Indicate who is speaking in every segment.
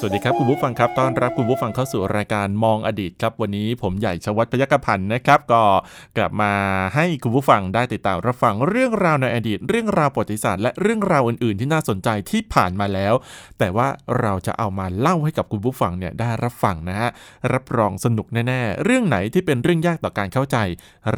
Speaker 1: สวัสดีครับคุณผู้ฟังครับต้อนรับคุณผู้ฟังเข้าสู่รายการมองอดีตครับ วันนี้ผมใหญ่ชวัฒน์พยกพันธ์นะครับ ก็กลับมาให้คุณผู้ฟังได้ติดตามรับฟังเรื่องราวในอดีต เรื่องราวประวัติศาสตร์และเรื่องราวอื่นๆ ที่น่าสนใจที่ผ่านมาแล้ว แต่ว่าเราจะเอามาเล่าให้กับคุณผู้ฟังเนี่ยได้รับฟังนะฮะรับรองสนุกแน่ๆ เรื่องไหนที่เป็นเรื่องยากต่อการเข้าใจ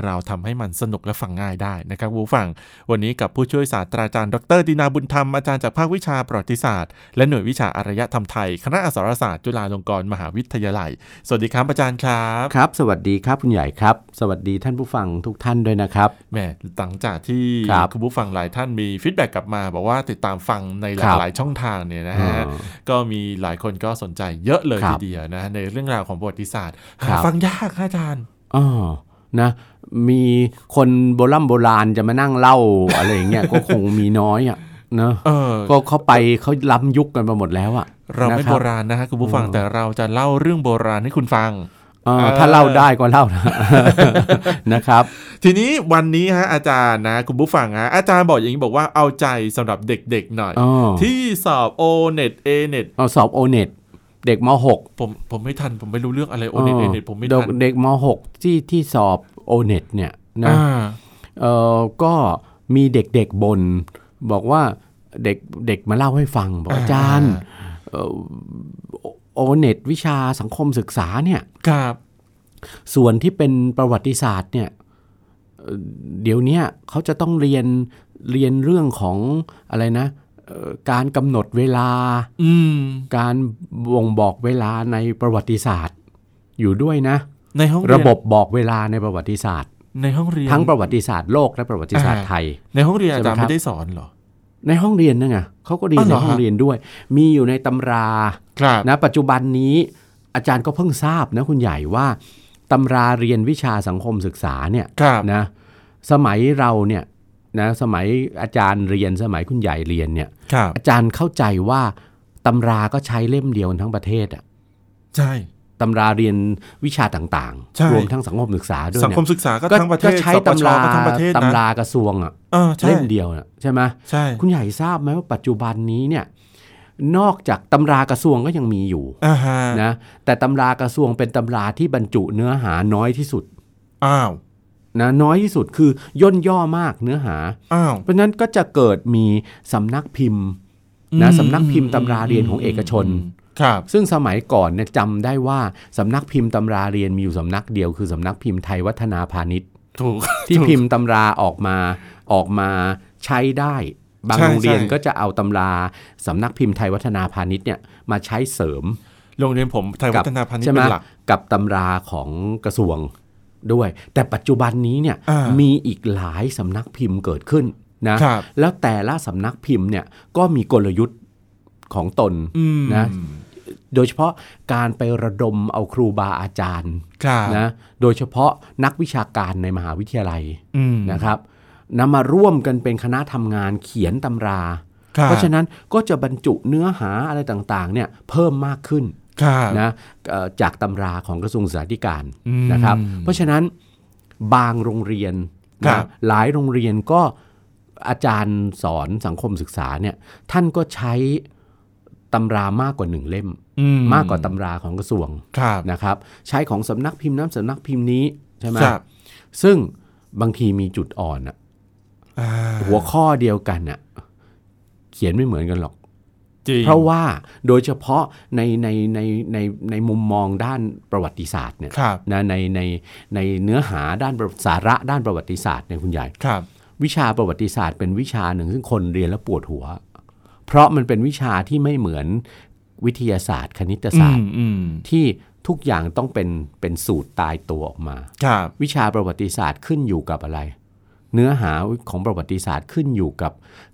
Speaker 1: เราทำให้มันสนุกและฟังง่ายได้นะครับคุณผู้ฟัง วันนี้กับผู้ช่วยศาสตราจารย์ดรดินาบุญธรรมอาจารย์จากภาควิชาประวัติศาสตร์ และหน่วยวิชาอารยธรรมไทย คณะอักษรศาสตร์จุฬาลงกรณ์มหาวิทยาลัย สวัสดีครับอาจารย์ครับ
Speaker 2: ครับ สวัสดีครับคุณใหญ่ครับ สวัสดีท่านผู้ฟังทุกท่านด้วยนะครับ
Speaker 1: แหมหลังจากที่
Speaker 2: ครับ
Speaker 1: ณผู้ฟังหลายท่านมีฟีดแบ็กกลับมา บอกว่าติดตามฟังในห
Speaker 2: ครับ
Speaker 1: ลายๆช่องทางเนี่ยนะฮะ
Speaker 2: อืม
Speaker 1: ก็มีหลายคนก็สนใจเยอะเลย
Speaker 2: ครั
Speaker 1: ที
Speaker 2: บ
Speaker 1: เดียวนะในเรื่องราวของประวัติศาสตร์
Speaker 2: ครั
Speaker 1: หา
Speaker 2: บ
Speaker 1: ฟังยากค่ะอาจารย์
Speaker 2: อ๋อนะ มีคนโบราณโบราณจะมานั่งเล่า อะไรอย่าง เงี้ยก็คงมีน้อยอ่ะเนอะ
Speaker 1: เออ
Speaker 2: ก็เขาไปเขาล้ำยุคกันไปหมดแล้วอ่ะ
Speaker 1: เราไม่
Speaker 2: นะค
Speaker 1: โบ
Speaker 2: รับ
Speaker 1: ราณนะฮะคุณผู้ฟังแต่เราจะเล่าเรื่องโบราณให้คุณฟัง
Speaker 2: เออ
Speaker 1: เออ
Speaker 2: ถ้าเล่าได้ก็เล่า นะ นะครับ
Speaker 1: ทีนี้วันนี้ฮะอาจารย์นะคุณผู้ฟังฮะอาจารย์บอกอย่างนี้บอกว่าเอาใจสำหรับเด็กๆหน่อย
Speaker 2: อ๋อ
Speaker 1: ที่สอบโอเน็ตเอเน็ต
Speaker 2: เอาสอบโอเน็ตเด็กม .6
Speaker 1: ผมผมไม่ทันผมไม่รู้เรื่องอะไรโอเน็ตเอเน็ตผมไม่ทัน
Speaker 2: เด็กม .6 ที่ที่สอบโอเน็ตเนี่ยนะ
Speaker 1: อ่า
Speaker 2: เออก็มีเด็กๆบน่นบอกว่าเด็กเด็กมาเล่าให้ฟัง บอกอาจารย์เอ่อโอเน็ตวิชาสังคมศึกษาเนี่ย
Speaker 1: ครับ
Speaker 2: ส่วนที่เป็นประวัติศาสตร์เนี่ยเอ่อเดี๋ยวเนี้ยเขาจะต้องเรียนเรียนเรื่องของอะไรนะเอ่อการกำหนดเวลา
Speaker 1: อืม
Speaker 2: การบ่งบอกเวลาในประวัติศาสตร์ อยู่ด้วยนะ
Speaker 1: ในห้องเยน
Speaker 2: ระบบบอกเวลาในประวัติศาสตร์
Speaker 1: ในห้องเรียน
Speaker 2: ทั้งประวัติศาสตร์โลกและประวัติศาสตร์
Speaker 1: อ่า
Speaker 2: ไทย
Speaker 1: ในห้องเรียนอาจารย์
Speaker 2: ใช่ไหมครับ
Speaker 1: ไม่ได้สอนเหรอ
Speaker 2: ในห้องเรียนนั่นไงเขาก็เรีย
Speaker 1: อ๋อน เหร
Speaker 2: ใน
Speaker 1: อฮะ
Speaker 2: ห้องเรียนด้วย มีอยู่ในตำรา
Speaker 1: ครับ
Speaker 2: นะปัจจุบันนี้อาจารย์ก็เพิ่งทราบนะคุณใหญ่ว่าตำราเรียนวิชาสังคมศึกษาเนี่ย
Speaker 1: ครับ
Speaker 2: นะสมัยเราเนี่ยนะสมัยอาจารย์เรียนสมัยคุณใหญ่เรียนเนี่ย
Speaker 1: ครับ
Speaker 2: อาจารย์เข้าใจว่าตำราก็ใช้เล่มเดียวกันทั้งประเทศอะ
Speaker 1: ใช่
Speaker 2: ตำราเรียนวิชาต่าง
Speaker 1: ใช่
Speaker 2: ๆ รวมทั้งสังคมศึกษาด้วย
Speaker 1: สัง
Speaker 2: เนี่
Speaker 1: คม
Speaker 2: ย
Speaker 1: ศึกษาก็ทั้งประเท
Speaker 2: ก็
Speaker 1: ศ
Speaker 2: ใช้
Speaker 1: สปช
Speaker 2: ตำรา
Speaker 1: ก็ทั้งประเทศ
Speaker 2: ตำ
Speaker 1: นะ
Speaker 2: รากระทรวงอะ
Speaker 1: เออใช่
Speaker 2: เล่มเดียวน่ะใช่ไหม
Speaker 1: ใช่
Speaker 2: คุณใหญ่ทราบไหมว่าปัจจุบันนี้เนี่ยนอกจากตำรากระทรวงก็ยังมีอยู่
Speaker 1: อ่าฮะ
Speaker 2: นะแต่ตำรากระทรวงเป็นตำราที่บรรจุเนื้อหาน้อยที่สุด
Speaker 1: อ้าว
Speaker 2: นะน้อยที่สุดคือย่นย่อมากเนื้อหา
Speaker 1: อ้าว
Speaker 2: เพราะฉะนั้นก็จะเกิดมีสำนักพิมพ์นะ
Speaker 1: อืม
Speaker 2: สำนักพิมพ์ตำราเรียนของเอกชน
Speaker 1: ครับ
Speaker 2: ซึ่งสมัยก่อนเนี่ยจำได้ว่าสำนักพิมพ์ตำราเรียนมีอยู่สำนักเดียวคือสำนักพิมพ์ไทยวัฒนาพาณิชย์
Speaker 1: ถูก
Speaker 2: ที่พิมพ์ตำราออกมาออกมาใช้ได้ บาง
Speaker 1: ใช่
Speaker 2: โรงเรียน
Speaker 1: ใช่
Speaker 2: ก็จะเอาตำราสำนักพิมพ์ไทยวัฒนาพาณิชย์เนี่ยมาใช้เสริม
Speaker 1: โรงเรียนผมไทยวั
Speaker 2: กั
Speaker 1: ฒนาพาณิช
Speaker 2: ใช่
Speaker 1: ย์
Speaker 2: ไหม
Speaker 1: เป็นหลัก
Speaker 2: กับตำราของกระทรวงด้วย แต่ปัจจุบันนี้เนี่ย
Speaker 1: อ่ามี
Speaker 2: มีอีกหลายสำนักพิมพ์เกิดขึ้นนะครับ แล้วแต่ละสำนักพิมพ์เนี่ยก็มีกลยุทธ์ของตน
Speaker 1: อืม
Speaker 2: นะ โดยเฉพาะการไประดมเอาครูบาอาจารย์
Speaker 1: ครับ
Speaker 2: นะโดยเฉพาะนักวิชาการในมหาวิทยาลัย
Speaker 1: อืม
Speaker 2: นะครับนำมาร่วมกันเป็นคณะทำงานเขียนตำรา
Speaker 1: ครับ
Speaker 2: เพราะฉะนั้นก็จะบรรจุเนื้อหาอะไรต่างๆเนี่ยเพิ่มมากขึ้น
Speaker 1: ครับ
Speaker 2: นะเอ่อจากตำราของกระทรวงศึกษาธิการ
Speaker 1: อืม
Speaker 2: นะครับ เพราะฉะนั้นบางโรงเรียน
Speaker 1: ครั
Speaker 2: นะ
Speaker 1: บ
Speaker 2: หลายโรงเรียนก็อาจารย์สอนสังคมศึกษาเนี่ยท่านก็ใช้ตำรามากกว่าหนึ่งเล่ม
Speaker 1: อื
Speaker 2: มากกว่าตำราของกระทรวง
Speaker 1: ครับ
Speaker 2: นะครับ ใช้ของสำนักพิมพ์น้ำสำนักพิมพ์นี้ใช่ไหม
Speaker 1: ครับ
Speaker 2: ซึ่งบางทีมีจุดอ่อนอะ
Speaker 1: อ่า
Speaker 2: หัวข้อเดียวกันอะเขียนไม่เหมือนกันหรอก
Speaker 1: จริง
Speaker 2: เพราะว่าโดยเฉพาะในในในในในมุมมองด้านประวัติศาสตร์เนี่ย
Speaker 1: ครับ
Speaker 2: นะในในในเนื้อหาด้านประสาระด้านประวัติศาสตร์เนี่ยคุณใหญ่
Speaker 1: ครับ
Speaker 2: วิชาประวัติศาสตร์เป็นวิชาหนึ่งซึ่งคนเรียนแล้วปวดหัว เพราะมันเป็นวิชาที่ไม่เหมือนวิทยาศาสตร์ คณิตศาสตร์
Speaker 1: อืม
Speaker 2: ที่ทุกอย่างต้องเป็นเป็นสูตรตายตัวออกมา
Speaker 1: ครับ
Speaker 2: วิชาประวัติศาสตร์ขึ้นอยู่กับอะไร เนื้อหาของประวัติศาสตร์ขึ้นอยู่กับ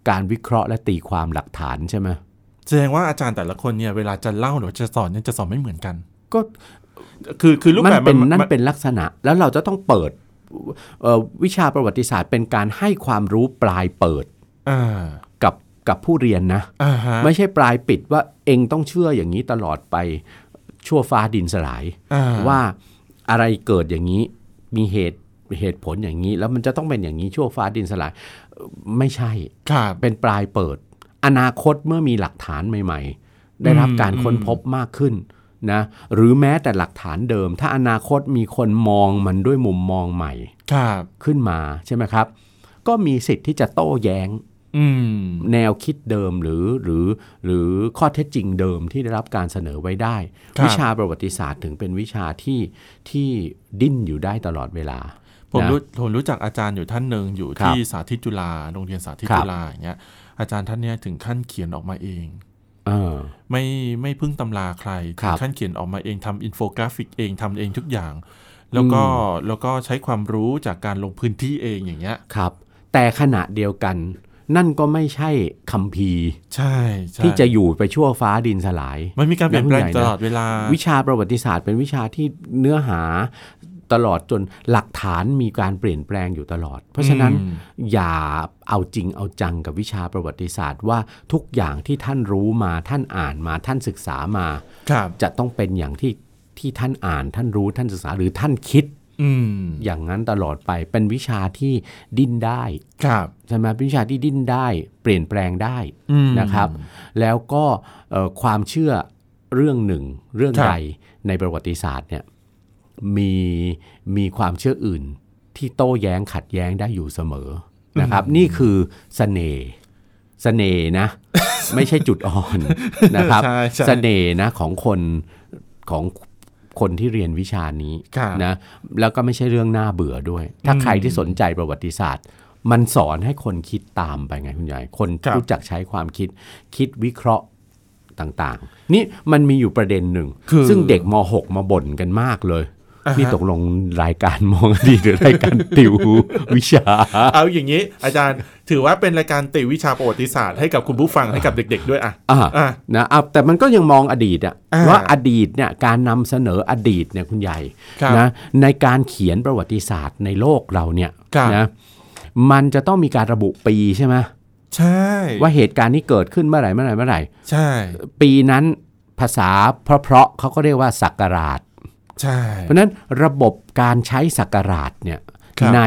Speaker 2: การวิเคราะห์และตีความหลักฐานใช่ไหม
Speaker 1: แสดงว่าอาจารย์แต่ละคนเนี่ยเวลาจะเล่าหรือจะสอนเนี่ยจะสอนไม่เหมือนกัน
Speaker 2: ก็
Speaker 1: คือคือรูป
Speaker 2: มัน
Speaker 1: แบบ
Speaker 2: เป็นนั่น
Speaker 1: มั
Speaker 2: เป็นลักษณะ แล้วเราจะต้องเปิด เอ่อวิชาประวัติศาสตร์เป็นการให้ความรู้ปลายเปิด
Speaker 1: อ่า
Speaker 2: กับกับผู้เรียนนะ
Speaker 1: อ่าฮะ
Speaker 2: ไม่ใช่ปลายปิดว่าเองต้องเชื่ออย่างนี้ตลอดไปชั่วฟ้าดินสลาย
Speaker 1: อ่
Speaker 2: ว่าอะไรเกิดอย่างนี้มีเหตุเหตุผลอย่างนี้ แล้วมันจะต้องเป็นอย่างนี้ชั่วฟ้าดินสลายเอ่อไม่ใช่
Speaker 1: ครับ
Speaker 2: เป็นปลายเปิด อนาคตเมื่อมีหลักฐานใหม่ ๆ ได้รับการค้นพบมากขึ้นนะหรือแม้แต่หลักฐานเดิม ถ้าอนาคตมีคนมองมันด้วยมุมมองใหม่
Speaker 1: ครับ
Speaker 2: ขึ้นมาใช่ไหมครับ ก็มีสิทธิ์ที่จะโต้แย้ง
Speaker 1: อืม
Speaker 2: แนวคิดเดิมหรือหรือหรือข้อเท็จจริงเดิมที่ได้รับการเสนอไว้ได้ วิชาประวัติศาสตร์ถึงเป็นวิชาที่ที่ดิ้นอยู่ได้ตลอดเวลา
Speaker 1: ผม
Speaker 2: นะ
Speaker 1: รู้ผมรู้จักอาจารย์อยู่ท่านหนึ่งอยู่
Speaker 2: ครับ
Speaker 1: ที่สาธิตจุฬาโรงเรียนสาธิต
Speaker 2: ครับ
Speaker 1: จุฬาอย่างเงี้ยอาจารย์ท่านเนี้ยถึงขั้นเขียนออกมาเอง
Speaker 2: เออ
Speaker 1: ไม่ไม่พึ่งตำราใคร
Speaker 2: ครั
Speaker 1: ถึ
Speaker 2: บ
Speaker 1: งขั้นเขียนออกมาเองทำอินโฟกราฟิกเองทำเองทุกอย่าง แล้วก็
Speaker 2: อื
Speaker 1: แล้วก็ใช้ความรู้จากการลงพื้นที่เองอย่างเงี้ย
Speaker 2: ครับ แต่ขณะเดียวกัน นั่นก็ไม่ใช่คัมภีร์
Speaker 1: ใช่ใช่
Speaker 2: ที่จะอยู่ไปชั่วฟ้าดินสลาย
Speaker 1: มันมีการเปลี่ยนแปลง
Speaker 2: ยังไงนะ
Speaker 1: ตลอดเวลา
Speaker 2: วิชาประวัติศาสตร์เป็นวิชาที่เนื้อหาตลอดจนหลักฐานมีการเปลี่ยนแปลงอยู่ตลอด เพราะฉะนั้น
Speaker 1: อืม
Speaker 2: อย่าเอาจริงเอาจังกับวิชาประวัติศาสตร์ว่าทุกอย่างที่ท่านรู้มาท่านอ่านมาท่านศึกษามา
Speaker 1: ครับ
Speaker 2: จะต้องเป็นอย่างที่ที่ท่านอ่าน ท่านรู้ท่านศึกษาหรือท่านคิด
Speaker 1: อืม
Speaker 2: อย่างนั้นตลอดไปเป็นวิชาที่ดิ้นได้
Speaker 1: ครับ
Speaker 2: ใช่ไหมเป็นวิชาที่ดิ้นได้เปลี่ยนแปลงได้
Speaker 1: อืม
Speaker 2: นะครับแล้วก็เอ่อความเชื่อเรื่องหนึ่งเรื่อง
Speaker 1: ครับ
Speaker 2: ใดในประวัติศาสตร์เนี่ยมีมีความเชื่ออื่นที่โต้แย้งขัดแย้งได้อยู่เสมอนะครับ นี่คือเสน่ห์เสน่ห์นะ ไม่ใช่จุดอ่อนนะครับ
Speaker 1: ใช่ใช่
Speaker 2: เสน่ห์นะของคนของคนที่เรียนวิชานี้
Speaker 1: ครับ
Speaker 2: นะแล้วก็ไม่ใช่เรื่องน่าเบื่อด้วย ถ้าใครที่สนใจประวัติศาสตร์ มันสอนให้คนคิดตามไปไงคุณยายคน
Speaker 1: ครับ
Speaker 2: รู้จักใช้ความคิด คิดวิเคราะห์ต่างๆ นี่มันมีอยู่ประเด็นหนึ่ง
Speaker 1: คือ
Speaker 2: ซึ่งเด็กม .6 มาบ่นกันมากเลย
Speaker 1: อ่าฮะ
Speaker 2: นี่ตกลงรายการมองอดีตหรือรายการติว วิชา
Speaker 1: เอาอย่างนี้ อาจารย์ถือว่าเป็นรายการติววิชาประวัติศาสตร์ให้กับคุณผู้ฟังให้กับเด็ก ๆ ด้วยอ่ะ
Speaker 2: อ่า
Speaker 1: อ่ะ
Speaker 2: นะอ่ะแต่มันก็ยังมองอดีตอะ
Speaker 1: อ่า
Speaker 2: ว่าอดีตเนี่ยการนำเสนออดีตเนี่ยคุณใหญ่
Speaker 1: ครับ
Speaker 2: นะในการเขียนประวัติศาสตร์ในโลกเราเนี่ย
Speaker 1: ครับ
Speaker 2: นะมันจะต้องมีการระบุปีใช่ไหม
Speaker 1: ใช่
Speaker 2: ว่าเหตุการณ์นี้เกิดขึ้นเมื่อไหร่เมื่อไหร่เมื่อไหร่
Speaker 1: ใช่
Speaker 2: ปีนั้นภาษาเพราะๆเขาก็เรียกว่าสักการาช
Speaker 1: ใช่
Speaker 2: เพราะฉะนั้นระบบการใช้สักการาชเนี่ย
Speaker 1: ครับ
Speaker 2: ใน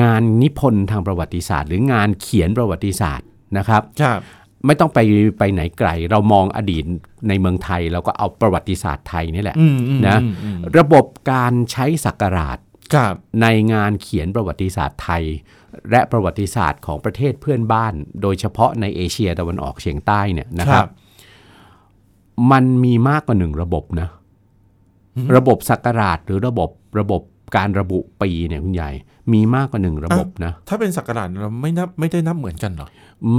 Speaker 2: งานนิพนธ์ทางประวัติศาสตร์ หรืองานเขียนประวัติศาสตร์นะครับ
Speaker 1: ครับ
Speaker 2: ไม่ต้องไปไปไหนไกล เรามองอดีตในเมืองไทยเราก็เอาประวัติศาสตร์ไทยนี่แหละ
Speaker 1: อืมอืม
Speaker 2: นะ
Speaker 1: อืมอืม
Speaker 2: ระบบการใช้สักการาช
Speaker 1: ครับ
Speaker 2: ในงานเขียนประวัติศาสตร์ไทย และประวัติศาสตร์ของประเทศเพื่อนบ้าน โดยเฉพาะในเอเชียตะวันออกเฉียงใต้เนี่ยนะค
Speaker 1: ครั
Speaker 2: รับ
Speaker 1: บ
Speaker 2: มันมีมากกว่าหนึ่งระบบนะ ระบบสักการาชหรือระบบระบบการระบุปีเนี่ยคุณใหญ่มีมากกว่าหนึ่งระบบนะ
Speaker 1: ถ้าเป็นศักราชเราไม่นับไม่ได้นับเหมือนกันเหรอ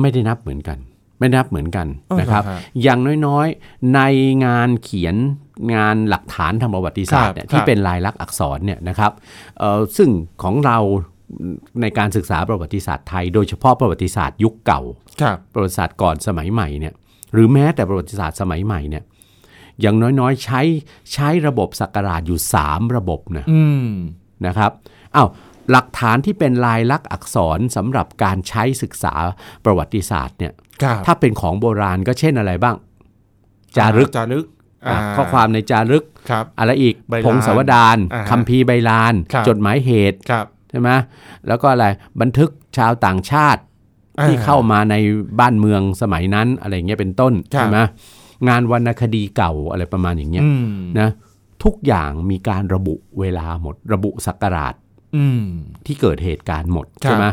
Speaker 2: ไม่ได้นับเหมือนกัน ไม่ได้นับเหมือนกัน
Speaker 1: อ๋อเหรอ
Speaker 2: นะครับ
Speaker 1: ฮะ
Speaker 2: อย่างน้อยๆ ในงานเขียนงานหลักฐานทางประวัติศาสตร์เนี่ย
Speaker 1: ครับ
Speaker 2: ที่
Speaker 1: ครับ
Speaker 2: เป็นลายลักษณ์อักษรเนี่ยนะครับเอ่อซึ่งของเราในการศึกษาประวัติศาสตร์ไทย โดยเฉพาะประวัติศาสตร์ยุคเก่า
Speaker 1: ครับ
Speaker 2: ประวัติศาสตร์ก่อนสมัยใหม่เนี่ยหรือแม้แต่ประวัติศาสตร์สมัยใหม่เนี่ยอย่างน้อยๆ ใช้ใช้ระบบสักการาชอยู่ 3 ระบบนะ
Speaker 1: อืม
Speaker 2: นะครับอ้าวหลักฐานที่เป็นลายลักษณ์อักษรสำหรับการใช้ศึกษาประวัติศาสตร์เนี่ย
Speaker 1: ครับ
Speaker 2: ถ้าเป็นของโบราณก็เช่นอะไรบ้าง จารึก
Speaker 1: จารึก
Speaker 2: อ่ะข้อความในจารึก
Speaker 1: ครับ
Speaker 2: อะไรอีก
Speaker 1: ใบลาน
Speaker 2: พงศาวดาร
Speaker 1: อ่าฮะ
Speaker 2: คัมภีร์ใบลาน
Speaker 1: ครับ
Speaker 2: จดหมายเหตุ
Speaker 1: ครับ
Speaker 2: ใช่ไหมแล้วก็อะไรบันทึกชาวต่างชาติที่เข้า
Speaker 1: อ่
Speaker 2: มาในบ้านเมืองสมัยนั้นอะไรอย่างเงี้ยเป็นต้น
Speaker 1: ครับ
Speaker 2: ใช่ไหมงานวรรณคดีเก่าอะไรประมาณอย่างเงี้ย
Speaker 1: อืม
Speaker 2: นะทุกอย่างมีการระบุเวลาหมด ระบุศักราช
Speaker 1: อืม
Speaker 2: ที่เกิดเหตุการณ์หมด
Speaker 1: ครับ
Speaker 2: ใช่ไหม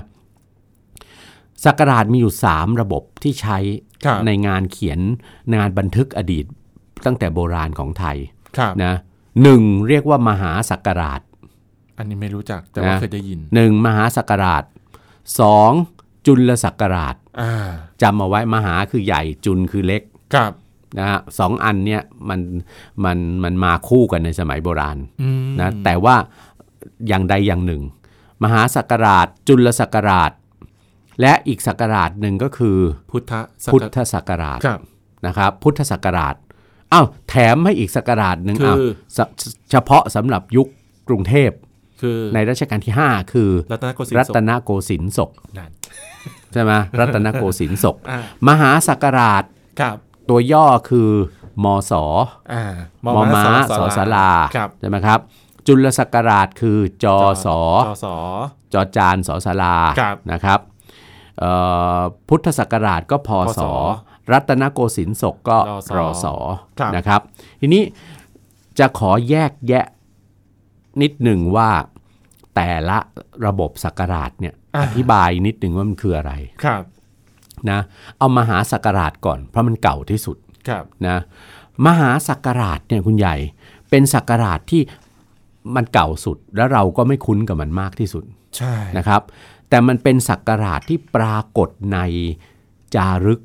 Speaker 2: สักการาชมีอยู่ 3 ระบบที่ใช้
Speaker 1: ครับ
Speaker 2: ในงานเขียนงานบันทึกอดีตตั้งแต่โบราณของไทย
Speaker 1: ครับ
Speaker 2: นะหนึ่งเรียกว่ามหาสักการาช
Speaker 1: อันนี้ไม่รู้จักแต่ว่า
Speaker 2: นะ
Speaker 1: เคยได้ยิน
Speaker 2: หนึ่งมหาสักการาชสองจุลสักการาช
Speaker 1: อ่า
Speaker 2: จำเอาไว้มหาคือใหญ่จุลคือเล็ก
Speaker 1: ครับ
Speaker 2: นะฮะสองอันเนี่ยมันมันมันมาคู่กันในสมัยโบราณ
Speaker 1: อืม
Speaker 2: นะแต่ว่าอย่างใดอย่างหนึ่ง มหาสักการาช จุลสักการาช และอีกสักการาชหนึ่งก็คือ
Speaker 1: พุทธศัก
Speaker 2: พุท
Speaker 1: ราช
Speaker 2: ธสักการาช
Speaker 1: ครับ
Speaker 2: นะครับพุทธศักการาชอ้าวแถมให้อีกสักการาชหนึ่ง
Speaker 1: คืออ้
Speaker 2: าวเฉเฉพาะสำหรับยุคกรุงเทพ
Speaker 1: คือ
Speaker 2: ในรัชกาลที่ 5 คือ
Speaker 1: รัตนโกสินทร์ศพ
Speaker 2: รัตนโกสินทร์ศก
Speaker 1: นั่น
Speaker 2: ใช่ไหมรัตนโกสินทร์ศ ก
Speaker 1: อ่าม
Speaker 2: หาสักราช
Speaker 1: ครับ
Speaker 2: ตัวย่อคือมศ
Speaker 1: อ่าม
Speaker 2: มม้าสอสารา
Speaker 1: ครับ
Speaker 2: ใช่ไหมครับ จุลศักราชคือจอสอ
Speaker 1: จอสอ
Speaker 2: จอจานสอสารา
Speaker 1: ครับ
Speaker 2: นะครับเอ่อพุทธศักราชก็พ
Speaker 1: พ
Speaker 2: ศ
Speaker 1: ศ
Speaker 2: รัตนโกสินทร์ศกก็
Speaker 1: รศ
Speaker 2: รอสอ
Speaker 1: ครับ
Speaker 2: นะครับ ทีนี้จะขอแยกแยะนิดหนึ่งว่าแต่ละระบบศักราชเนี่ยอธิบายนิดหนึ่งว่ามันคืออะไร
Speaker 1: ครับ
Speaker 2: นะเอามหาศักราชก่อน เพราะมันเก่าที่สุด
Speaker 1: ครับ
Speaker 2: นะมหาศักราชเนี่ยคุณใหญ่เป็นศักราชที่มันเก่าสุด และเราก็ไม่คุ้นกับมันมากที่สุด
Speaker 1: ใช่
Speaker 2: นะครับแต่มันเป็นสักการะที่ปรากฏในจารึก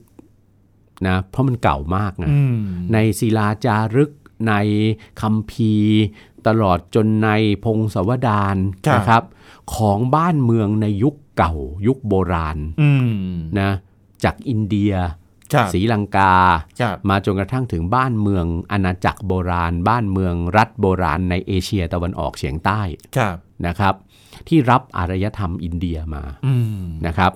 Speaker 2: นะเพราะมันเก่ามากนะ
Speaker 1: อืม
Speaker 2: ในศิลาจารึกในคัมภีร์ ตลอดจนในพงศาวดารนะครับของบ้านเมืองในยุคเก่ายุคโบราณ
Speaker 1: อืม
Speaker 2: นะจากอินเดีย
Speaker 1: ครับ
Speaker 2: ศรีลังกา
Speaker 1: ครับ
Speaker 2: มาจนกระทั่งถึงบ้านเมืองอาณาจักรโบราณ บ้านเมืองรัฐโบราณในเอเชียตะวันออกเฉียงใต้
Speaker 1: ครับ
Speaker 2: นะครับ ที่รับอารยธรรมอินเดียมา
Speaker 1: อืม
Speaker 2: นะครับ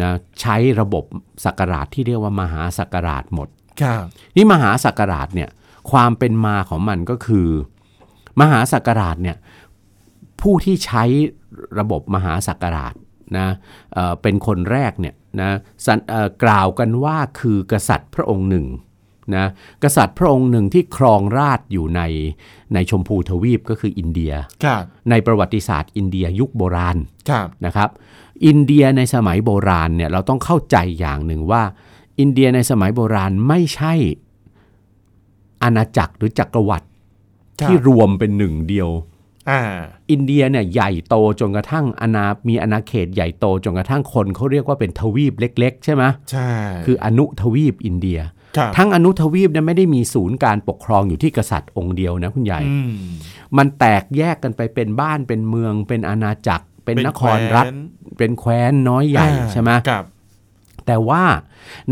Speaker 2: นะใช้ระบบสักราชที่เรียกว่ามหาสักราชหมด
Speaker 1: ครับ
Speaker 2: นี่มหาสักราชเนี่ยความเป็นมาของมันก็คือ มหาสักราชเนี่ยผู้ที่ใช้ระบบมหาสักราชนะเอ่อเป็นคนแรกเนี่ยนะสันเอ่อกล่าวกันว่าคือกษัตริย์พระองค์หนึ่งนะกษัตริย์พระองค์หนึ่งที่ครองราชย์อยู่ในในชมพูทวีปก็คืออินเดีย
Speaker 1: ครับ
Speaker 2: ในประวัติศาสตร์อินเดียยุคโบราณ
Speaker 1: ครับ
Speaker 2: นะครับอินเดียในสมัยโบราณเนี่ยเราต้องเข้าใจอย่างหนึ่งว่า อินเดียในสมัยโบราณไม่ใช่อาณาจักรหรือจักรวรรดิ
Speaker 1: ครับ
Speaker 2: ที่รวมเป็นหนึ่งเดียว
Speaker 1: อ่า
Speaker 2: อินเดียเนี่ยใหญ่โตจนกระทั่งอาณามีอาณาเขตใหญ่โตจนกระทั่งคนเขาเรียกว่าเป็นทวีปเล็ก ๆ ใช่ไหม
Speaker 1: ใช่
Speaker 2: คืออนุทวีปอินเดีย
Speaker 1: ครับ
Speaker 2: ทั้งอนุทวีปเนี่ยไม่ได้มีศูนย์การปกครองอยู่ที่กษัตริย์องค์เดียวนะคุณใหญ่
Speaker 1: อืม
Speaker 2: มันแตกแยกกันไปเป็นบ้านเป็นเมือง เป็นอาณาจักร เป็นนครรัฐ
Speaker 1: แว้น
Speaker 2: เป็นแคว้นน้อยใหญ่
Speaker 1: อ่า
Speaker 2: ใช่ไหม
Speaker 1: ครับ
Speaker 2: แต่ว่า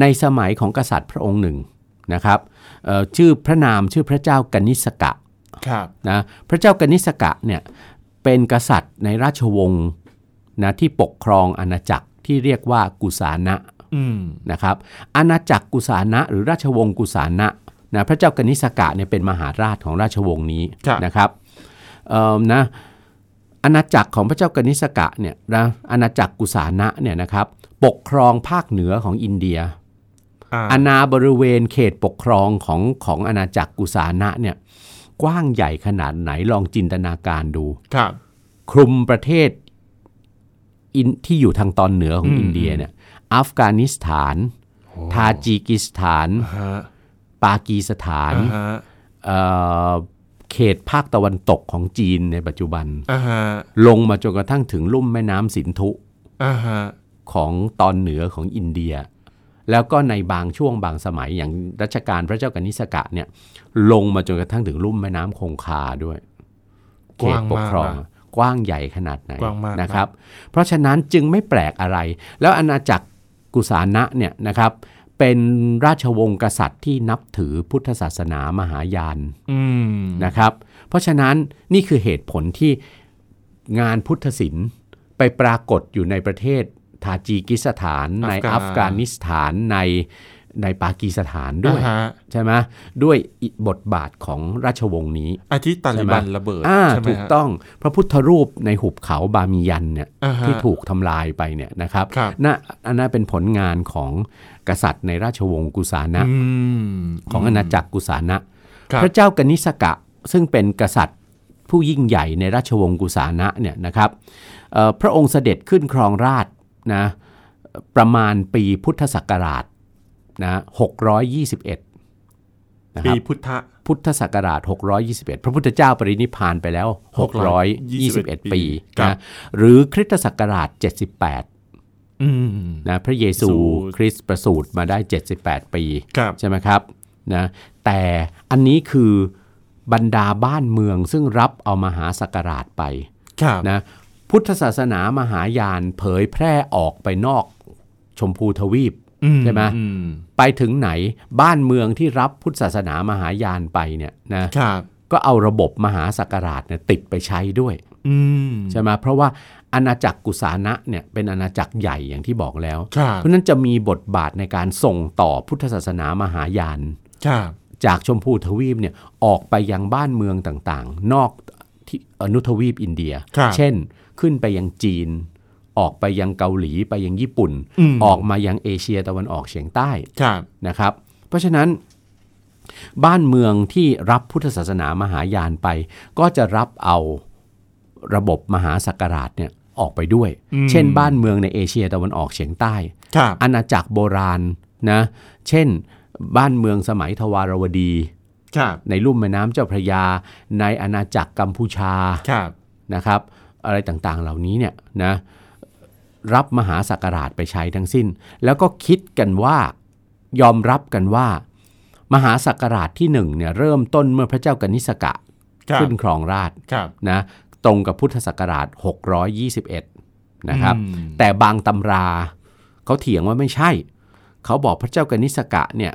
Speaker 2: ในสมัยของกษัตริย์พระองค์หนึ่งนะครับเอ่อชื่อพระนามชื่อพระเจ้ากนิษกะ
Speaker 1: ครับ
Speaker 2: นะพระเจ้ากนิษกะเนี่ยเป็นกษัตริย์ในราชวงศ์นะที่ปกครองอาณาจักรที่เรียกว่ากุสานะ
Speaker 1: อืม
Speaker 2: นะครับอาณาจักรกุสานะหรือราชวงศ์กุสานะนะพระเจ้ากนิษกะเนี่ยเป็นมหาราชของราชวงศ์นี้นะครับเอิ่มนะอาณาจักรของพระเจ้ากนิษกะเนี่ยนะอาณาจักรกุสานะเนี่ยนะครับปกครองภาคเหนือของอินเดีย
Speaker 1: อ่า
Speaker 2: อาณาบริเวณเขตปกครองของของอาณาจักรกุสานะเนี่ยกว้างใหญ่ขนาดไหนลองจินตนาการดู
Speaker 1: ครับ
Speaker 2: คลุมประเทศอินที่อยู่ทางตอนเหนือของ
Speaker 1: อืม
Speaker 2: อินเดียเนี่ยอัฟกานิสถาน ทาจิกิสถาน
Speaker 1: ฮะ
Speaker 2: ปากีสถาน
Speaker 1: อ่าฮะ
Speaker 2: เอ่อเขตภาคตะวันตกของจีนในปัจจุบัน
Speaker 1: อ่าฮะ
Speaker 2: ลงมาจนกระทั่งถึงลุ่มแม่น้ำสินธุ
Speaker 1: อ่าฮะ
Speaker 2: ของตอนเหนือของอินเดีย แล้วก็ในบางช่วงบางสมัยอย่างรัชกาลพระเจ้ากนิษกะเนี่ยลงมาจนกระทั่งถึงลุ่มแม่น้ำคงคาด้วยเข
Speaker 1: กว้า
Speaker 2: ต
Speaker 1: ง
Speaker 2: ปก
Speaker 1: มาก
Speaker 2: ครอง
Speaker 1: นะ
Speaker 2: กว้างใหญ่ขนาดไหน
Speaker 1: กว้างมากนะ
Speaker 2: นะครับ เพราะฉะนั้นจึงไม่แปลกอะไร แล้วอาณาจักรกุสานะเนี่ยนะครับ เป็นราชวงศ์กษัตริย์ที่นับถือพุทธศาสนามหายาน
Speaker 1: อืม
Speaker 2: นะครับ เพราะฉะนั้นนี่คือเหตุผลที่งานพุทธศิลป์ไปปรากฏอยู่ในประเทศทาจีกิสถาน ในอัฟกานิสถานในในปากีสถานด้วย
Speaker 1: อ่าฮะ
Speaker 2: ใช่ไหมด้วยอิบทบาทของราชวงศ์นี้
Speaker 1: อาทิตย์ตาลิบัน
Speaker 2: ใช่ไหม
Speaker 1: ระเบิด
Speaker 2: อ่า
Speaker 1: ใช่ไหม
Speaker 2: ถูก
Speaker 1: ฮะ
Speaker 2: ต้องพระพุทธรูปในหุบเขาบามียันเนี่ย
Speaker 1: อ่าฮะ
Speaker 2: ที่ถูกทำลายไปเนี่ยนะครับ
Speaker 1: ครับ
Speaker 2: น่าอันนั้นเป็นผลงานของกษัตริย์ในราชวงศ์กุสานะ
Speaker 1: อืม
Speaker 2: ของอาณาจักรกุสานะ
Speaker 1: ครับ
Speaker 2: พระเจ้ากนิษกะซึ่งเป็นกษัตริย์ผู้ยิ่งใหญ่ในราชวงศ์กุสานะเนี่ยนะครับเอ่อพระองค์เสด็จขึ้นครองราชย์นะประมาณปีพุทธศักราชนะ621นะค
Speaker 1: ปี
Speaker 2: รับ
Speaker 1: พุทธะ
Speaker 2: พุทธศักราช 621 พระพุทธเจ้าปรินิพพานไปแล้ว 621 ปี
Speaker 1: ครับ
Speaker 2: นะหรือคริสตศักราช 78
Speaker 1: อืม
Speaker 2: นะพระเยซู
Speaker 1: สูตร
Speaker 2: คริสต์ประสูติมาได้ 78 ปี
Speaker 1: ครับ
Speaker 2: ใช่ไหมครับนะแต่อันนี้คือบรรดาบ้านเมืองซึ่งรับเอามหาสักราชไป
Speaker 1: ครับ
Speaker 2: นะพุทธศาสนามหายานเผยแพร่ออกไปนอกชมพูทวีป
Speaker 1: อื
Speaker 2: ใช่ไหม
Speaker 1: อื
Speaker 2: ไปถึงไหนบ้านเมืองที่รับพุทธศาสนามหายานไปเนี่ยนะครับ ก็เอาระบบมหาสักราชเนี่ยติดไปใช้ด้วย
Speaker 1: อืม
Speaker 2: ใช่ไหมเพราะว่าอาณาจักรกุสานะเนี่ยเป็นอาณาจักรใหญ่อย่างที่บอกแล้ว
Speaker 1: ครับ
Speaker 2: เพราะฉะนั้นจะมีบทบาทในการส่งต่อพุทธศาสนามหายาน
Speaker 1: ครับ
Speaker 2: จากชมพูทวีปเนี่ยออกไปยังบ้านเมืองต่างๆ นอกที่อนุทวีปอินเดีย
Speaker 1: ครับ
Speaker 2: เช่นขึ้นไปยังจีน ออกไปยังเกาหลีไปยังญี่ปุ่น
Speaker 1: ม
Speaker 2: ออกมายังเอเชียตะวันออกเฉียงใต้
Speaker 1: ครับ
Speaker 2: นะครับ เพราะฉะนั้น บ้านเมืองที่รับพุทธศาสนามหายานไป ก็จะรับเอาระบบมหาสักการะเนี่ยออกไปด้วย เช่น บ้านเมืองในเอเชียตะวันออกเฉียงใต้
Speaker 1: ครับ
Speaker 2: อาณาจักรโบราณนะเช่น บ้านเมืองสมัยทวารวดี
Speaker 1: ครับ
Speaker 2: ในลุ่มแม่น้ำเจ้าพระยา ในอาณาจักรกัมพูชา
Speaker 1: ครับ
Speaker 2: นะครับ อะไรต่างๆเหล่านี้เนี่ยนะรับมหาสักการะไปใช้ทั้งสิ้น แล้วก็คิดกันว่ายอมรับกันว่า มหาสักการะที่หนึ่งเนี่ยเริ่มต้นเมื่อพระเจ้ากนิสกะ
Speaker 1: ครับ
Speaker 2: ขึ้นครองราชย์
Speaker 1: ครับ
Speaker 2: นะตรงกับพุทธศักราช 621 นะครับ
Speaker 1: อืม
Speaker 2: แต่บางตำราเขาเถียงว่าไม่ใช่ เขาบอกพระเจ้ากนิสกะเนี่ย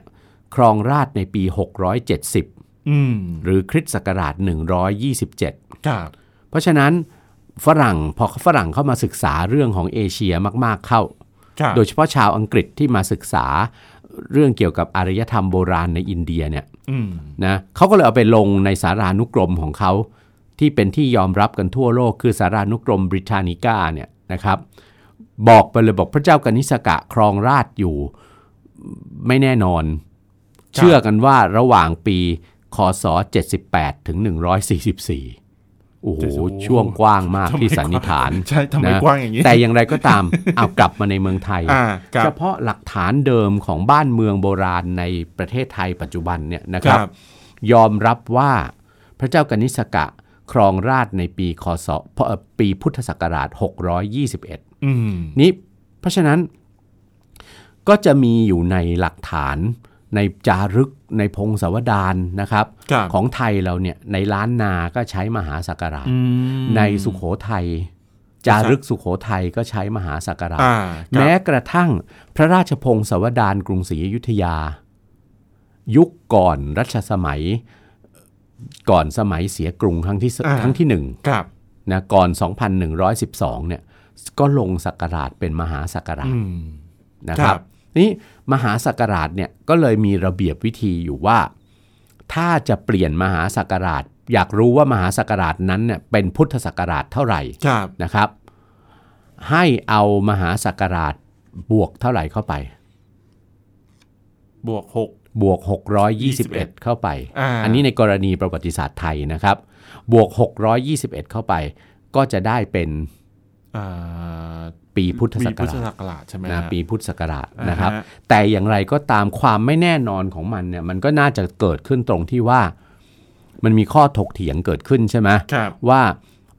Speaker 2: ครองราชย์ในปี 670
Speaker 1: อืม
Speaker 2: หรือคริสต์ศักราช 127
Speaker 1: ครับ
Speaker 2: เพราะฉะนั้นฝรั่งพอฝรั่งเข้ามาศึกษาเรื่องของเอเชียมากๆเข้า
Speaker 1: ครับ
Speaker 2: โดยเฉพาะชาวอังกฤษที่มาศึกษาเรื่องเกี่ยวกับอารยธรรมโบราณในอินเดียเนี่ย
Speaker 1: อืม
Speaker 2: นะเขาก็เลยเอาไปลงในสารานุกรมของเขา ที่เป็นที่ยอมรับกันทั่วโลกคือสารานุกรมบริทานิกาเนี่ยนะครับ บอกไปเลยบอกพระเจ้ากนิสกะครองราชย์อยู่ไม่แน่นอน เชื่อกันว่าระหว่างปีคศ 78 ถึง 144 โอ้โห ช่วงกว้างมากที่สันนิษฐาน
Speaker 1: ใช่ทำไม
Speaker 2: นะ
Speaker 1: กว้างอย่างนี้
Speaker 2: แต่อย่างไรก็ตาม เอากลับมาในเมืองไทย
Speaker 1: อ่าครับ
Speaker 2: เฉพาะหลักฐานเดิมของบ้านเมืองโบราณในประเทศไทยปัจจุบันเนี่ยนะ
Speaker 1: ค
Speaker 2: ครับ
Speaker 1: รับ
Speaker 2: ยอมรับว่าพระเจ้ากนิษกะครองราชย์ในปีคศเอ่อปีพุทธศักราช 621
Speaker 1: อืม
Speaker 2: นี้เพราะฉะนั้นก็จะมีอยู่ในหลักฐานในจารึกในพงศาวดารนะครับ
Speaker 1: ครับ
Speaker 2: ของไทยเราเนี่ยในล้านนาก็ใช้มหาสักการะ
Speaker 1: อืม
Speaker 2: ในสุขโขทัยจารึกสุขโขทัยก็ใช้มหาสักการะ
Speaker 1: อ่าครับ
Speaker 2: แม้กระทั่งพระราชพงศาวดารกรุงศรีอยุธยา ยุคก่อนรัชสมัย ก่อนสมัยเสียกรุงครั้งที่สครั้งที่หนึ่ง
Speaker 1: ครับ
Speaker 2: นะก่อน 2,112 เนี่ยก็ลงสักการะเป็นมหาสักการะ
Speaker 1: อืม
Speaker 2: นะ
Speaker 1: ค
Speaker 2: ค
Speaker 1: รั
Speaker 2: รับ บนี่มหาสักการะเนี่ยก็เลยมีระเบียบวิธีอยู่ว่า ถ้าจะเปลี่ยนมหาสักการะอยากรู้ว่ามหาสักการะนั้นเนี่ยเป็นพุทธสักการะเท่าไหร่
Speaker 1: ครับ
Speaker 2: นะครับ ให้เอามหาสักการะบวกเท่าไหร่เข้าไป
Speaker 1: บวกหก
Speaker 2: บวก 621 เข้าไป
Speaker 1: อ่า
Speaker 2: อันนี้ในกรณีประวัติศาสตร์ไทยนะครับ บวก 621 เข้าไป ก็จะได้เป็น
Speaker 1: อ่า
Speaker 2: ปีพุทธ
Speaker 1: มี
Speaker 2: ศัก
Speaker 1: พุทธ
Speaker 2: ราช
Speaker 1: ศักราชใช่ไหม
Speaker 2: นะ
Speaker 1: ฮะ
Speaker 2: ปีพุทธศักราช
Speaker 1: อ่าฮะ
Speaker 2: นะครับ แต่อย่างไรก็ตามความไม่แน่นอนของมันเนี่ยมันก็น่าจะเกิดขึ้นตรงที่ว่า มันมีข้อถกเถียงเกิดขึ้นใช่ไหม
Speaker 1: ครับ
Speaker 2: ว่า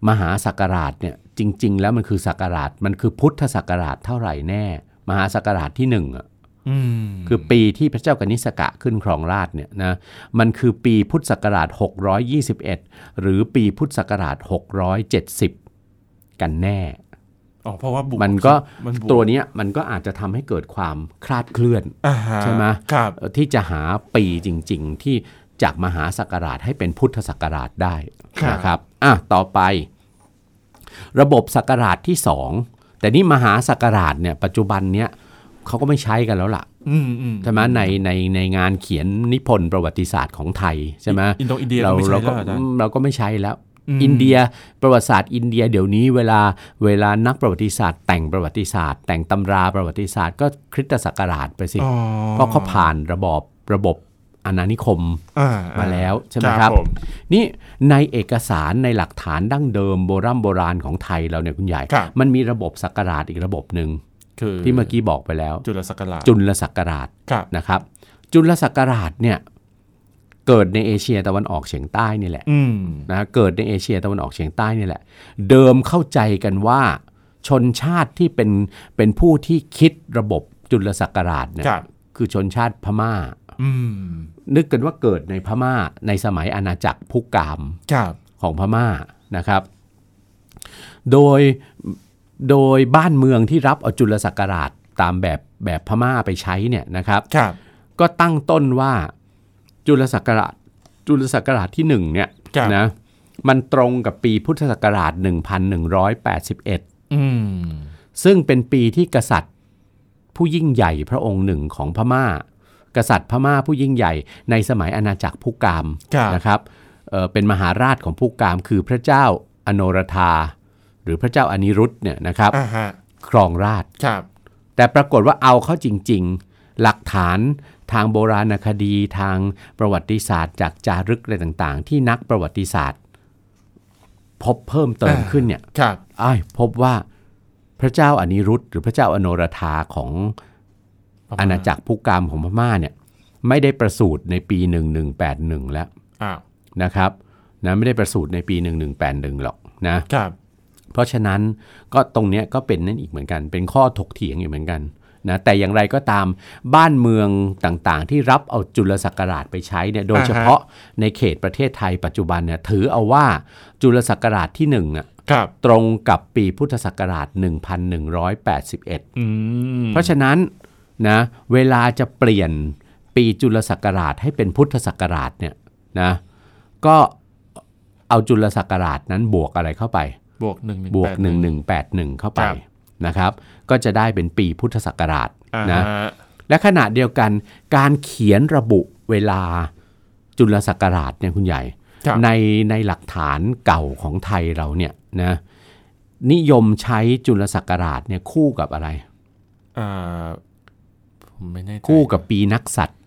Speaker 2: มหาสักการะเนี่ยจริง ๆ แล้วมันคือสักการะมันคือพุทธศักราชเท่าไหร่แน่ มหาสักการะที่หนึ่งอะ
Speaker 1: อืม
Speaker 2: คือปีที่พระเจ้ากนิษกะขึ้นครองราชย์เนี่ยนะมันคือปีพุทธศักราช 621 หรือปีพุทธศักราช 670 กันแน่
Speaker 1: อ๋อเพราะว่าบวก
Speaker 2: มันก็
Speaker 1: มันบก
Speaker 2: ตัวเนี้ยมันก็อาจจะทำให้เกิดความคลาดเคลื่อน
Speaker 1: อ่าฮะ
Speaker 2: ใช่ไหม
Speaker 1: ครับ
Speaker 2: เอ่อที่จะหาปีจริง ๆ ที่จากมหาสักการะให้เป็นพุทธศักราชได้นะครับอ่ะต่อไป ระบบสักการะที่ 2 แต่นี่มหาสักการะเนี่ยปัจจุบันเนี้ยเขาก็ไม่ใช้กันแล้วล่ะ
Speaker 1: อืมอืม
Speaker 2: ใช่ไหมในในในงานเขียนนิพนธ์ประวัติศาสตร์ของไทยใช่ไหม
Speaker 1: อินโดอินเดีย
Speaker 2: เรา
Speaker 1: ไม่ใช่
Speaker 2: เรา
Speaker 1: แล้
Speaker 2: ก็
Speaker 1: วอาจารย์
Speaker 2: เราก็ไม่ใช้แล้ว
Speaker 1: อืม
Speaker 2: อินเดียประวัติศาสตร์อินเดียเดี๋ยวนี้เวลาเวลานักประวัติศาสตร์ แต่งประวัติศาสตร์ แต่งตำราประวัติศาสตร์ก็คริสตศักราชไปสิ
Speaker 1: อ๋อ
Speaker 2: เพราะเขาผ่านระบอบระบบอาณานิคม
Speaker 1: อ่
Speaker 2: มาแล้วใช่ไหมครับ
Speaker 1: ผม
Speaker 2: นี่ในเอกสารในหลักฐานดั้งเดิมโบราณโบราณของไทยเราเนี่ยคุณใหญ่
Speaker 1: ครับ
Speaker 2: มันมีระบบสักการะอีกระบบหนึ่ง
Speaker 1: คือ
Speaker 2: ที่เมื่อกี้บอกไปแล้ว
Speaker 1: จุลศักราช
Speaker 2: จุลศักราช
Speaker 1: ครับ
Speaker 2: นะครับ จุลศักราชเนี่ยเกิดในเอเชียตะวันออกเฉียงใต้นี่แหละ
Speaker 1: อืม
Speaker 2: นะฮะเกิดในเอเชียตะวันออกเฉียงใต้นี่แหละ เดิมเข้าใจกันว่าชนชาติที่เป็นเป็นผู้ที่คิดระบบจุลศักราชเนี่ย
Speaker 1: ครับ
Speaker 2: คือชนชาติพม่า
Speaker 1: อืม
Speaker 2: นึกกันว่าเกิดในพม่าในสมัยอาณาจักรพุกาม
Speaker 1: ครับ
Speaker 2: ของพม่านะครับ โดย โดยบ้านเมืองที่รับเอาจุลศักราชตามแบบแบบพม่าไปใช้เนี่ยนะครับ
Speaker 1: ครับ
Speaker 2: ก็ตั้งต้นว่าจุลศักราชจุลศักราชที่หนึ่งเนี่ย
Speaker 1: ครับ
Speaker 2: นะ มันตรงกับปีพุทธศักราช 1181
Speaker 1: อืม
Speaker 2: ซึ่งเป็นปีที่กษัตริย์ผู้ยิ่งใหญ่พระองค์หนึ่งของพม่า กษัตริย์พม่าผู้ยิ่งใหญ่ในสมัยอาณาจักรพุกาม
Speaker 1: ครับ
Speaker 2: นะครับเอ่อเป็นมหาราชของพุกามคือพระเจ้าอโนรธา หรือพระเจ้าอนิรุตเนี่ยนะครับ
Speaker 1: อ่าฮะ
Speaker 2: ครองราช
Speaker 1: ครับ
Speaker 2: แต่ปรากฏว่าเอาเข้าจริง ๆ หลักฐานทางโบราณคดีทางประวัติศาสตร์ จากจารึกอะไรต่างๆ ที่นักประวัติศาสตร์ พบเพิ่มเติมขึ้นเนี่ย
Speaker 1: ครับ
Speaker 2: ไอ้ายพบว่าพระเจ้าอนิรุตหรือพระเจ้าอโนรธาของ
Speaker 1: พม่า
Speaker 2: อาณาจักรพุกามของพม่าเนี่ยไม่ได้ประสูติในปี 1181 แล้ว
Speaker 1: อ้าว
Speaker 2: นะครับนะไม่ได้ประสูติในปี 1181 หรอกนะ
Speaker 1: ครับ
Speaker 2: เพราะฉะนั้นก็ตรงเนี้ยก็เป็นนั่นอีกเหมือนกัน เป็นข้อถกเถียงอีกเหมือนกันนะแต่อย่างไรก็ตามบ้านเมืองต่างๆ ที่รับเอาจุลศักราชไปใช้เนี่ยโดยเฉพาะในเขตประเทศไทยปัจจุบันเนี่ยถือเอาว่าจุลศักราชที่1นึ่งอะ
Speaker 1: ครับ
Speaker 2: ตรงกับปีพุทธศักราช 1181
Speaker 1: อืม
Speaker 2: เพราะฉะนั้นนะเวลาจะเปลี่ยนปีจุลศักราชให้เป็นพุทธศักราชเนี่ยนะก็เอาจุลศักราชนั้นบวกอะไรเข้าไป
Speaker 1: บวกหนึ่ง
Speaker 2: บวก 1181 เข้าไป
Speaker 1: ครับ
Speaker 2: นะครับ ก็จะได้เป็นปีพุทธศักราช
Speaker 1: นะ
Speaker 2: นะและขณะเดียวกันการเขียนระบุเวลาจุลศักราชเนี่ยคุณใหญ่
Speaker 1: ครับ
Speaker 2: ในในหลักฐานเก่าของไทยเราเนี่ยนะนิยมใช้จุลศักราชเนี่ยคู่กับอะไร
Speaker 1: อ่าผมไม่แน่ใจ
Speaker 2: คู่กับปีนักษัตริย์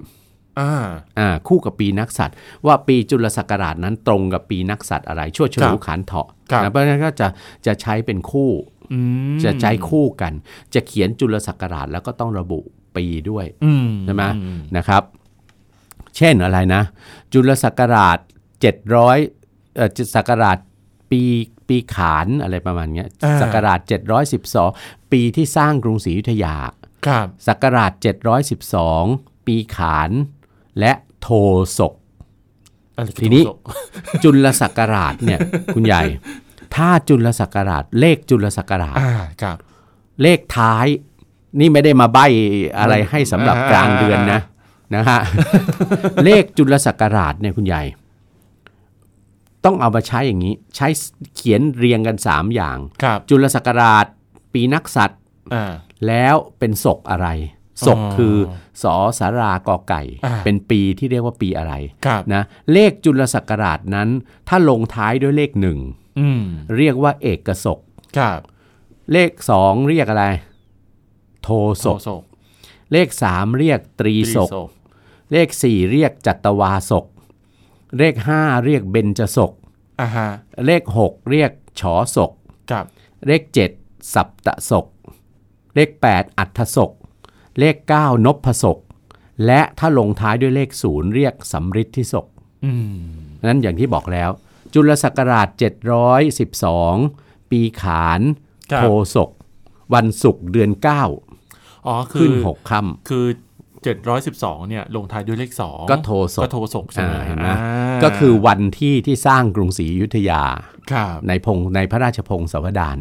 Speaker 1: อ่า
Speaker 2: อ่าคู่กับปีนักษัตริย์ ว่าปีจุลศักราชนั้นตรงกับปีนักษัตริย์อะไรชั่วชรูขันเถาะนะเพราะฉะนั้นก็จะจะใช้เป็นคู่
Speaker 1: อืม
Speaker 2: จะใช้คู่กัน จะเขียนจุลศักราชแล้วก็ต้องระบุปีด้วย
Speaker 1: อืม
Speaker 2: ใช่ไหม
Speaker 1: อืม
Speaker 2: นะครับ เช่นอะไรนะ จุลศักราช700เอ่อจุลศักราชปีปีขานอะไรประมาณเนี้ยศักราช 712 ปีที่สร้างกรุงศรีอยุธยา
Speaker 1: ครับ
Speaker 2: ศักราช 712 ปีขาน และโทศก
Speaker 1: อะไรคือ
Speaker 2: ทีนี้
Speaker 1: โศก
Speaker 2: จุลศักราชเนี่ย คุณใหญ่ ถ้าจุลศักราช เลขจุลศักราช
Speaker 1: อ่าครับ
Speaker 2: เลขท้ายนี่ไม่ได้มาใบ้อะไรให้สำหรับ
Speaker 1: อ่าก
Speaker 2: ลางเดือนนะนะฮ ะ เลขจุลศักราชเนี่ยคุณใหญ่ ต้องเอามาใช้อย่างนี้ ใช้เขียนเรียงกัน 3 อย่าง
Speaker 1: ครับ
Speaker 2: จุลศักราช ปีนักษัตริย์
Speaker 1: อ่า
Speaker 2: แล้วเป็นศกอะไรศก
Speaker 1: อ๋อ
Speaker 2: คือสอสารากอไก่
Speaker 1: อ่า
Speaker 2: เป็นปีที่เรียกว่าปีอะไร
Speaker 1: ครับ
Speaker 2: นะเลขจุลศักราชนั้น ถ้าลงท้ายด้วยเลขหนึ่ง
Speaker 1: อืม
Speaker 2: เรียกว่าเอกศก
Speaker 1: ครับ
Speaker 2: เลข 2 เรียกอะไร โทศก
Speaker 1: โศก
Speaker 2: เลข 3 เรียกตรีศก
Speaker 1: โศก
Speaker 2: เลข 4 เรียกจัตวาศก เลข 5 เรียกเบญจศก
Speaker 1: อ่าฮะ
Speaker 2: เลข 6 เรียกฉอศก
Speaker 1: ครับ
Speaker 2: เลข 7 สัปตศก เลข 8 อัฏฐศก เลข 9 นพศก และถ้าลงท้ายด้วยเลข 0 เรียกสำริดที่ศก
Speaker 1: อืม
Speaker 2: นั้นอย่างที่บอกแล้ว จุลศักราช 712 ปีขานโทศก วันศุกร์เดือน 9
Speaker 1: อ๋อคือ
Speaker 2: ขึ้น 6 ค่
Speaker 1: คือเจ็ดร้อยสิบสองเนี่ย ลงท้ายด้วยเลขสอง
Speaker 2: ก็โทโศก
Speaker 1: ก็โทโศกใช่ไหม
Speaker 2: อ่าเห็นไหม
Speaker 1: อ่า
Speaker 2: ำก็คือวันที่ที่สร้างกรุงศรีอยุธยา
Speaker 1: ครับ
Speaker 2: ในพงในพระราชพงศาวดาร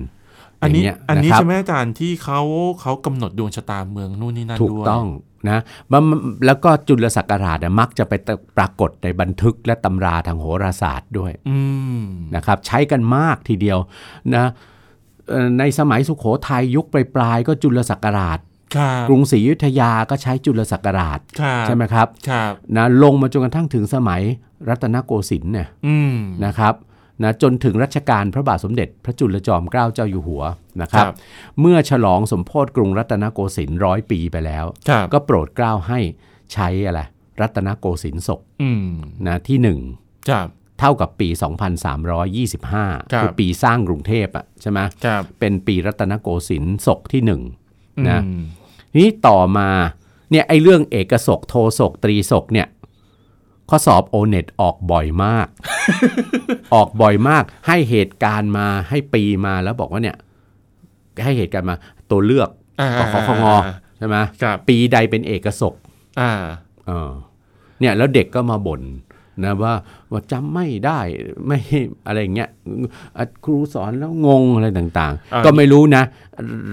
Speaker 1: อันนี้
Speaker 2: ย่างเงี้ย
Speaker 1: อันนี้
Speaker 2: ะครับ
Speaker 1: ใช่ไหมอาจารย์ที่เขาเขากำหนดดวงชะตาเมืองนู่นนี่นั่น
Speaker 2: ถูก
Speaker 1: ด้วย
Speaker 2: ต้องนะมันแล้วก็จุลศักราชอะมักจะไปปรากฏในบันทึกและตำราทางโหราศาสตร์ด้วย
Speaker 1: อืม
Speaker 2: นะครับใช้กันมากทีเดียวนะเอ่อในสมัยสุขโขทัยยุคปลายๆก็จุลศักราช
Speaker 1: ครับ
Speaker 2: กรุงศรีอยุธยาก็ใช้จุลศักราช
Speaker 1: ครับ
Speaker 2: ใช่ไหมครับ
Speaker 1: ครับ
Speaker 2: นะลงมาจนกระทั่งถึงสมัยรัตนโกสินทร์เนี่ย
Speaker 1: อืม
Speaker 2: นะครับนะจนถึงรัชกาลพระบาทสมเด็จ พระจุลจอมเกล้าเจ้าอยู่หัวนะครับ
Speaker 1: ครับ
Speaker 2: เมื่อฉลองสมโพธิกรุงรัตนโกสินทร์ร้อยปีไปแล้ว
Speaker 1: ครับ
Speaker 2: ก็โปรดเกล้าให้ใช้อะไรรัตนโกสินทร์ศก
Speaker 1: อืม
Speaker 2: นะที่หนึ่ง
Speaker 1: ครับ
Speaker 2: เท่ากับปี 2325
Speaker 1: ครับ
Speaker 2: อปีสร้างกรุงเทพอะใช่ไหม
Speaker 1: ครับ
Speaker 2: เป็นปีรัตนโกสินทร์ศกที่หนึ่ง นะ
Speaker 1: อืม
Speaker 2: ทีนี้ต่อมาเนี่ยไอ้เรื่องเอกศกโทศกตรีศกเนี่ยข้อสอบโอเน็ตออกบ่อยมาก ออกบ่อยมาก ให้เหตุการณ์มาให้ปีมาแล้วบอกว่าเนี่ย ให้เหตุการณ์มาตัวเลือก
Speaker 1: อ่าก
Speaker 2: ขคงใช่ไหม
Speaker 1: ครับ
Speaker 2: ปีใดเป็นเอกศก
Speaker 1: อ่า
Speaker 2: เออเนี่ยแล้วเด็กก็มาบ่น นะว่าว่าจำไม่ได้ไม่อะไรอย่างเงี้ยอ่ะครูสอนแล้วงงอะไรต่าง
Speaker 1: อ่า
Speaker 2: ๆ ก็ไม่รู้นะ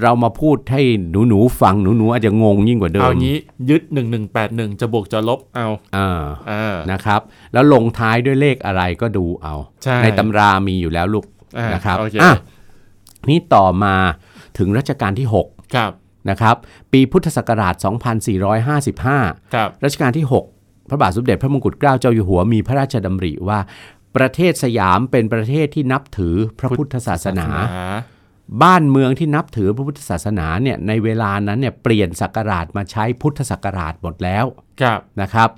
Speaker 2: เรามาพูดให้หนูๆฟังหนูๆอาจจะงงยิ่งกว่าเดิม
Speaker 1: เอางี้ยึด 1181 จะบวกจะลบเอา
Speaker 2: อ่า
Speaker 1: อ่า
Speaker 2: นะครับ แล้วลงท้ายด้วยเลขอะไรก็ดูเอา
Speaker 1: ใช่
Speaker 2: ตำรามีอยู่แล้วลูก
Speaker 1: อ่าน
Speaker 2: นะครับ
Speaker 1: โอเค
Speaker 2: อ่ะนี่ต่อมาถึงรัชกาลที่
Speaker 1: ครับ
Speaker 2: 6 นะครับ ปีพุทธศักราช 2455
Speaker 1: ครับ
Speaker 2: รัชกาลที่ 6 พระบาทสมเด็จพระมงกุฎเกล้าเจ้าอยู่หัวมีพระราชดำริว่า ประเทศสยามเป็นประเทศที่นับถือพระพุทธศาสนา บ้านเมืองที่นับถือพระพุทธศาสนาเนี่ยในเวลานั้นเนี่ยเปลี่ยนศักราชมาใช้พุทธศักราชหมดแล้ว
Speaker 1: ครับ
Speaker 2: นะครับ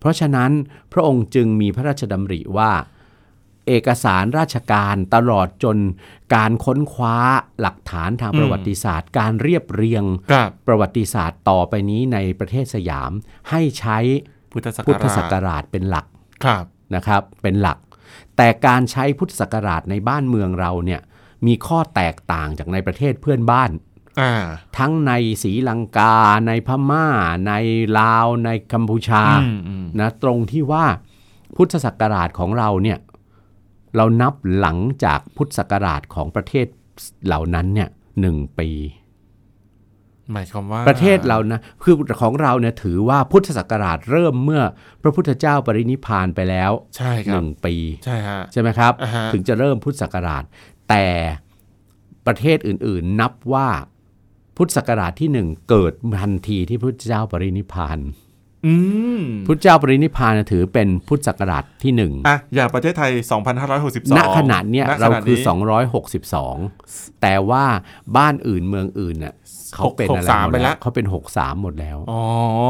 Speaker 2: เพราะฉะนั้นพระองค์จึงมีพระราชดำริว่า เอกสารราชการตลอดจนการค้นคว้าหลักฐานทางประวัติศาสตร์ การเรียบเรียง
Speaker 1: ครับ
Speaker 2: ประวัติศาสตร์ต่อไปนี้ในประเทศสยามให้ใช้
Speaker 1: พุทธศักราช
Speaker 2: พุทธศักราชเป็นหลัก
Speaker 1: ครับ
Speaker 2: นะครับ เป็นหลัก แต่การใช้พุทธศักราชในบ้านเมืองเราเนี่ยมีข้อแตกต่างจากในประเทศเพื่อนบ้าน
Speaker 1: อ่า
Speaker 2: ทั้งในศรีลังกา ในพม่า ในลาว ในกัมพูชา
Speaker 1: อืมอืม
Speaker 2: นะตรงที่ว่าพุทธศักราชของเราเนี่ยเรานับหลังจากพุทธศักราชของประเทศเหล่านั้นเนี่ยหนึ่งปี
Speaker 1: หมายความว่า
Speaker 2: ประเทศเรานะคือของเราเนี่ยถือว่าพุทธศักราชเริ่มเมื่อพระพุทธเจ้าปรินิพพานไปแล้ว
Speaker 1: ใช่ครับ
Speaker 2: หนึ่งปี
Speaker 1: ใช่ฮะ
Speaker 2: ใช่ไหมครับ
Speaker 1: อ่าฮะ
Speaker 2: ถึงจะเริ่มพุทธศักราช แต่ประเทศอื่นๆนับว่าพุทธศักราชที่หนึ่งเกิดทันทีที่พระพุทธเจ้าปรินิพพาน
Speaker 1: อืม
Speaker 2: พุทธเจ้าปรินิพพานน่ะถือเป็นพุทธศักราชที่หนึ่ง
Speaker 1: อ่ะอย่างประเทศไทย 2562
Speaker 2: ณขณะเนี้ย
Speaker 1: ณ
Speaker 2: เรา
Speaker 1: ขณะ
Speaker 2: คือ
Speaker 1: นี้
Speaker 2: 262 แต่ว่าบ้านอื่นเมืองอื่นน่ะเขาเป็นอะไร
Speaker 1: 63
Speaker 2: หมด
Speaker 1: ไปแล้
Speaker 2: แล้ว วเขาเป็น 63 หมดแล้ว
Speaker 1: อ๋อ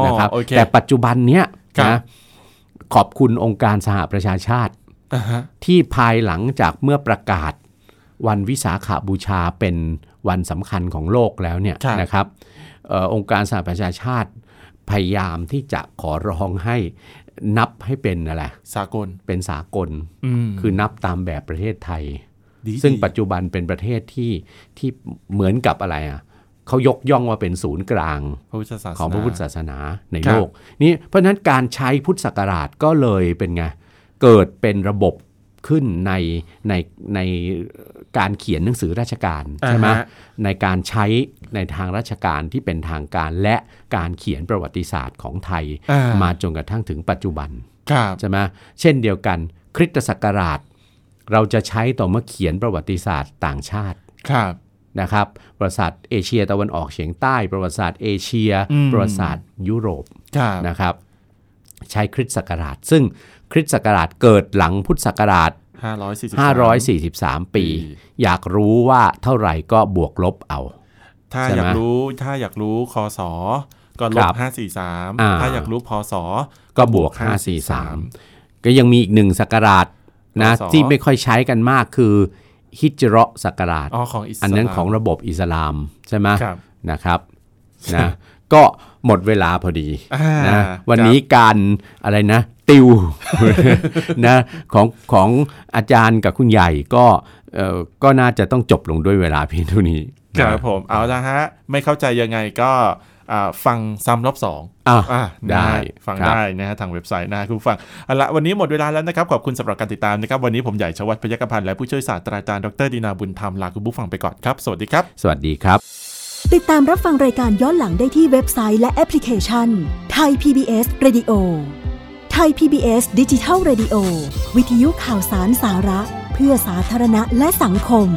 Speaker 2: นะครับ
Speaker 1: โอเค
Speaker 2: แต่ปัจจุบันเนี้ย
Speaker 1: ครับ
Speaker 2: นะขอบคุณองค์การสหประชาชาติ
Speaker 1: อ่าฮะ
Speaker 2: ที่ภายหลังจากเมื่อประกาศวันวิสาขาบูชาเป็นวันสำคัญของโลกแล้วเนี่ยนะครับเอ่อองค์การสหประชาชาติ พยายามที่จะขอร้องให้นับให้เป็นอะไร
Speaker 1: สากล
Speaker 2: เป็นสากล
Speaker 1: อืม
Speaker 2: คือนับตามแบบประเทศไทย
Speaker 1: ดี
Speaker 2: ซึ่ง
Speaker 1: ดี
Speaker 2: ปัจจุบันเป็นประเทศที่ที่เหมือนกับอะไรอ่ะเขายกย่องว่าเป็นศูนย์กลาง
Speaker 1: พระพุทธศาสนา
Speaker 2: ของพระพุทธศาสนาใน
Speaker 1: ครับ
Speaker 2: โลกนี่เพราะฉะนั้นการใช้พุทธศักราชก็เลยเป็นไงเกิดเป็นระบบขึ้นในในในการเขียนหนังสือราชการใช่ไหม
Speaker 1: อ่าฮะ
Speaker 2: ในการใช้ในทางราชการที่เป็นทางการและการเขียนประวัติศาสตร์ของไทย
Speaker 1: อ่าม
Speaker 2: มาจนกระทั่งถึงปัจจุบัน
Speaker 1: ครับ
Speaker 2: ใช่ไหมเช่นเดียวกัน คริสตศักราช เราจะใช้ต่อเมื่อเขียนประวัติศาสตร์ต่างชาติ
Speaker 1: ครับ
Speaker 2: นะครับ ประวัติศาสตร์เอเชียตะวันออกเฉียงใต้ ประวัติศาสตร์เอเชีย
Speaker 1: อืม
Speaker 2: ประวัติศาสตร์ยุโรป
Speaker 1: ครับ
Speaker 2: นะครับ ใช้คริสตศักราช ซึ่งคริสตศักราชเกิดหลังพุทธศักราช
Speaker 1: ห้าร้อยสี่สิบ
Speaker 2: 543 ปี
Speaker 1: ปี
Speaker 2: อยากรู้ว่าเท่าไหร่ก็บวกลบเอา
Speaker 1: ถ้า
Speaker 2: ใช่
Speaker 1: อ
Speaker 2: ไหม
Speaker 1: ยากรู้ถ้าอยากรู้คอสอก็ล
Speaker 2: ครับ บ
Speaker 1: ห้าสี่สาม
Speaker 2: อ่า
Speaker 1: ถ้าอยากรู้พอสอ
Speaker 2: ก็บวก 543 ก็ยังมีอีกหนึ่งศักราชนะ
Speaker 1: พศ
Speaker 2: ที่ไม่ค่อยใช้กันมากคือฮิจเราะห์ศักราช
Speaker 1: อ๋อของอิสลาม
Speaker 2: อันนั้นของระบบอิสลามใช่ไหม
Speaker 1: ครับ
Speaker 2: นะครับนะก็หมดเวลาพอดี
Speaker 1: อ่า
Speaker 2: นะวัน
Speaker 1: ครับ
Speaker 2: นี้การอะไรนะ ติว นะของของอาจารย์กับคุณใหญ่ก็เอ่อก็น่าจะต้องจบลงด้วยเวลาเพียงเท่านี้
Speaker 1: ค
Speaker 2: นะ
Speaker 1: รับผมเอาละฮะ ไม่เข้าใจยังไงก็อ่าฟังซ้ำรอบสอง
Speaker 2: อ่ะ
Speaker 1: ะ
Speaker 2: ได้
Speaker 1: นะฮะฟัง
Speaker 2: ครับ
Speaker 1: ได้นะฮะทางเว็บไซต์นะฮะคุณผู้ฟังเอาละวันนี้หมดเวลาแล้วนะครับ ขอบคุณสำหรับการติดตามนะครับ วันนี้ผมใหญ่ชวัฒน์พยกพันธ์และผู้ช่วยศาสตราจารย์ดรดีนาบุญธรรมลาคุณผู้ฟังไปก่อนครับ สวัสดีครับ
Speaker 2: สวัสดีครับ
Speaker 3: ติดตามรับฟังรายการย้อนหลังได้ที่เว็บไซต์และแอปพลิเคชันไทย PBS Radio ไทย PBS ดิจิทัล Radio วิทยุข่าวสารสาระ เพื่อสาธารณะและสังคม